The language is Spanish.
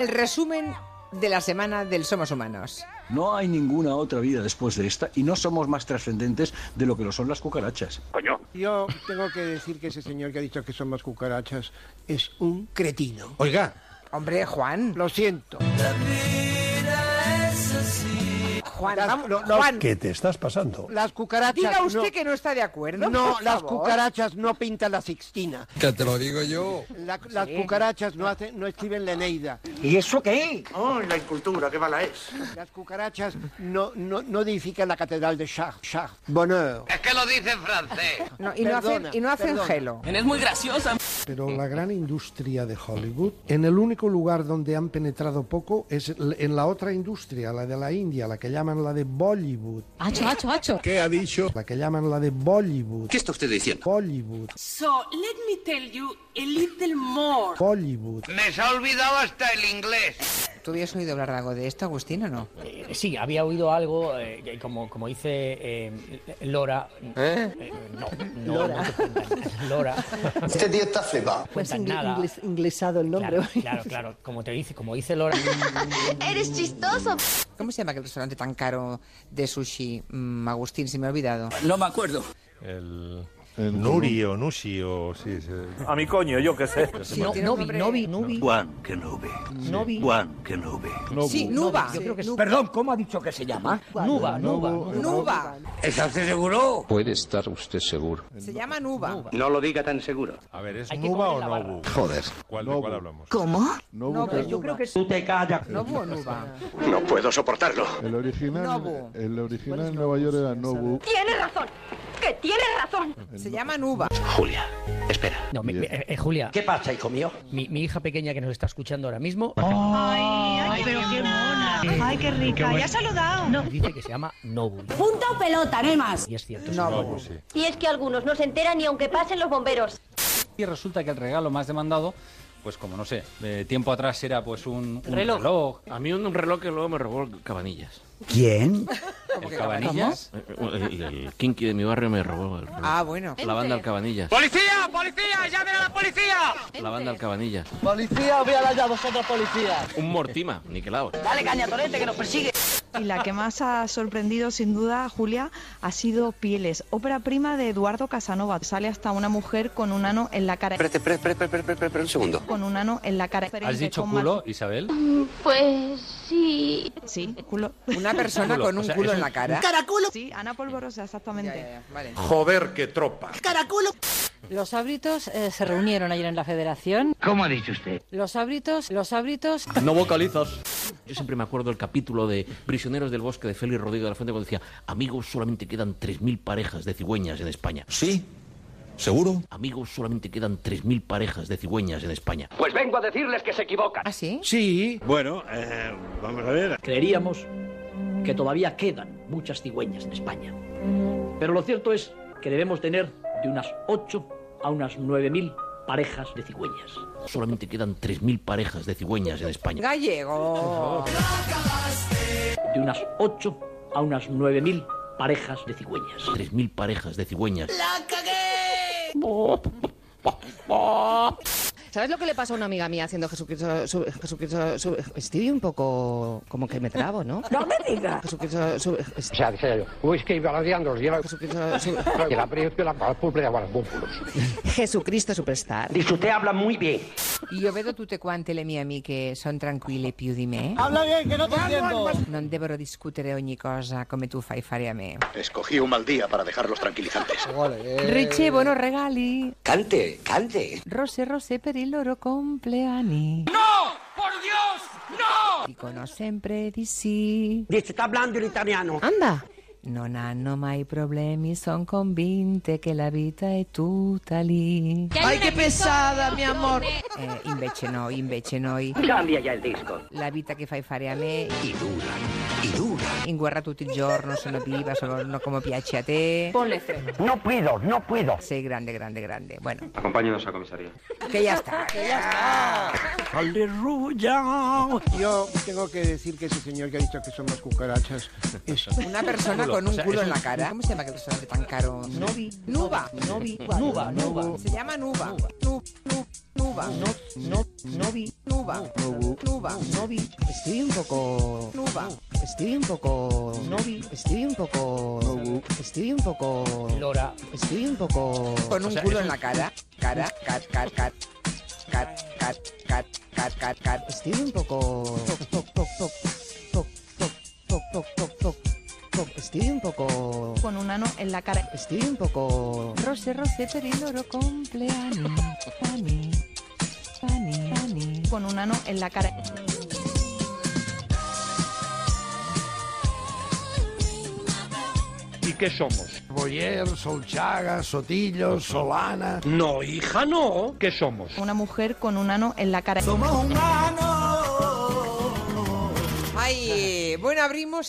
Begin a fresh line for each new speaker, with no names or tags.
El resumen de la semana del Somos Humanos.
No hay ninguna otra vida después de esta y no somos más trascendentes de lo que lo son las cucarachas. Coño.
Yo tengo que decir que ese señor que ha dicho que son más cucarachas es un cretino.
Oiga,
Hombre, Juan.
Lo siento.
Juan,
Las-
vamos,
lo- lo-
Juan,
¿qué te estás pasando?
Las cucarachas.
diga usted
no,
que no está de acuerdo.
No,
por
las
favor.
cucarachas no pintan la Sixtina.
Que te lo digo yo.
La- las cucarachas no, hacen, no escriben la Eneida.
¿Y eso qué?
Oh, la incultura, qué mala es.
Las cucarachas no, no, no edifican la catedral de Chartres. Chartres. Bonheur.
No, y, no
Perdona,
hacen, y no hacen
perdona.
gelo.
Pero la gran industria de Hollywood, en el único lugar donde han penetrado poco es l- en la otra industria, la de la India, la que llaman la de Bollywood.
Acho, acho, acho.
¿Qué ha dicho?
La que llaman la de Bollywood.
¿Qué está usted diciendo?
Bollywood.
So, let me tell you a little more.
Bollywood.
¿Tú habías oído hablar algo de esto, Agustín, o no?
Eh, Sí, había oído algo, eh, que como, como dice eh, Lora. eh, no, no, Lora. No te cuentan, Lora.
Este tío está flipado.
Pues nada.
inglesado el
Claro, claro, claro, como te dice, como dice Lora.
Eres chistoso.
¿Cómo se llama aquel restaurante tan caro de sushi, Mm, Agustín? Se me ha olvidado.
El... Nuri o Nushi o... Sí, sí.
A mi coño, yo qué sé.
No,
tiene un
Novi,
nombre-
Novi, Novi,
Juan Kenobi.
Novi.
Juan Kenobi.
sí, Nuba.
Yo creo que es Perdón, ¿cómo ha dicho que se llama? Nuba, Nuba.
Nuba.
¿Está usted seguro?
Puede estar usted seguro.
Se llama Nuba.
No lo diga tan seguro.
A ver, ¿es
Hay que
Nuba
comer
o
la barra.
Nobu?
Joder.
¿Cuál, ¿De cuál hablamos?
¿Cómo?
Nobu.
Yo creo que es.
Nobu o Nuba.
No puedo soportarlo.
El original,
Nobu.
el original en Nueva York era Nobu.
Tienes razón. Que tienes razón.
Se llama Nuba.
Julia, espera.
No, mi- eh, eh, Julia,
¿Qué pasa, hijo mío?
mi, mi hija pequeña que nos está escuchando ahora mismo
Ay, pero qué mona. Ay, qué rica. Ya saludado. No.
dice que se llama Nobu.
Punta o pelota, no hay más.
Y es cierto.
Nobu.
sí.
Y es que algunos no se enteran ni aunque pasen los bomberos.
Y resulta que el regalo más demandado, pues como no sé, eh, tiempo atrás era pues un, un
Reloj.
A mí un reloj que luego me robó Cabanillas.
¿Quién?
¿Cómo que
¿Cabanillas?
El, kinky de mi barrio me robó el reloj.
Ah, bueno.
La banda al cabanillas.
¡Policía! ¡Policía! ¡Llamen a la policía!
La banda al cabanillas.
Policía, véala ya vosotros, policía.
Un Mortima, niquelado.
Dale caña, torete, que nos persigue.
Y la que más ha sorprendido, sin duda, Julia, ha sido Pieles, ópera prima de Eduardo Casanova. Sale hasta una mujer con un ano en la cara.
Espera, espera, espera, espera, espera, espera, espera, un segundo.
Con un ano en la cara.
¿Has dicho
Con más-
culo, Isabel?
Pues sí.
Sí, culo.
Una persona
Culo,
con
o
un
sea,
culo
es
en
un-
la cara.
Sí, Ana Polvorosa,
Ya,
exactamente.
ya, ya, Vale.
Joder, qué tropa.
Los abritos eh, se reunieron ayer en la federación.
¿Cómo ha dicho usted?
Los abritos, los abritos.
No vocalizas.
Yo siempre me acuerdo el capítulo de Prisioneros del Bosque de Félix Rodríguez de la Fuente cuando decía, amigos, solamente quedan 3.000 parejas de cigüeñas en España.
Sí. ¿Seguro?
Amigos, solamente quedan 3.000 parejas de cigüeñas en España.
Pues vengo a decirles que se equivocan.
¿Ah, sí?
Sí. Bueno, eh, vamos a ver.
Creeríamos que todavía quedan muchas cigüeñas en España. Pero lo cierto es que debemos tener de unas 8 a unas 9.000 parejas de cigüeñas.
Solamente quedan 3.000 parejas de cigüeñas en España.
Gallego.
De unas 8 a unas 9.000 parejas de cigüeñas.
3.000 parejas de cigüeñas.
¿Sabes lo que le pasa a una amiga mía haciendo Jesucristo? sube- Jesucristo, sube- estoy un poco como que me trabo, ¿no? No me digas. Jesucristo, sube-
O sea, decía yo, uy, que lleva
Jesucristo, sube-
la la
Jesucristo superstar.
Dice, usted habla muy bien.
Io vedo tutte quante le mie amiche son tranquille più di me.
Habla bien, que no te entiendo.
Non devono discutere ogni cosa come tu fai fare a me.
Escogí un mal día para dejarlos tranquilizantes.
eh.
Ricevono regali,
Cante, cante.
rose rose per i loro compleanni. No! Por Dios, no! Dicono sempre di sì.
Dice, está hablando en italiano.
Anda.
Non hanno mai problemi, son convinte che la vita è tutta lì.
Ay, qué pesada, mi amor.
Eh, invece no, invece noi.
Cambia ya el disco.
La vita che fai fare a me
Y dura, y dura.
Inguerra tutti il giorno, sono viva, sono come piace a te.
Ponle freno.
No puedo, no puedo. Sei grande, grande, grande. Bueno,
Acompáñenos a comisaría.
que ya está. Que ya está.
Aleluya. Yo tengo que decir que ese señor que ha dicho que son más cucarachas es
Una persona con un culo en la cara. ¿Cómo se llama aquel restaurante tan caro?
Novi.
Nuba.
Novi. Nuba, Nuba.
Se llama Nuba. Nu- nu- Nuba.
No, no vi.
Nuba. Nuba. Estoy un poco... Nuba. Estoy un poco... Novi. Estoy un poco... Estoy un poco... Lora. Estoy un poco... Con un culo en la cara. Cara, cat, cat, cat. Cat, cat, cat, cat, cat, cat. Estoy un poco... Toc, toc, toc, toc. Toc, toc, toc, toc, toc. Toc. Estoy un poco...
con un ano en la cara.
Estoy un poco...
Rose, Rose, loro cumpleaños. Pani, pani, pani. Con un ano en la cara.
¿Y qué somos? Boyer, Solchaga, Sotillo, Solana.
No, hija, no.
¿Qué somos?
Una mujer con un ano en la cara.
Ay, bueno, abrimos el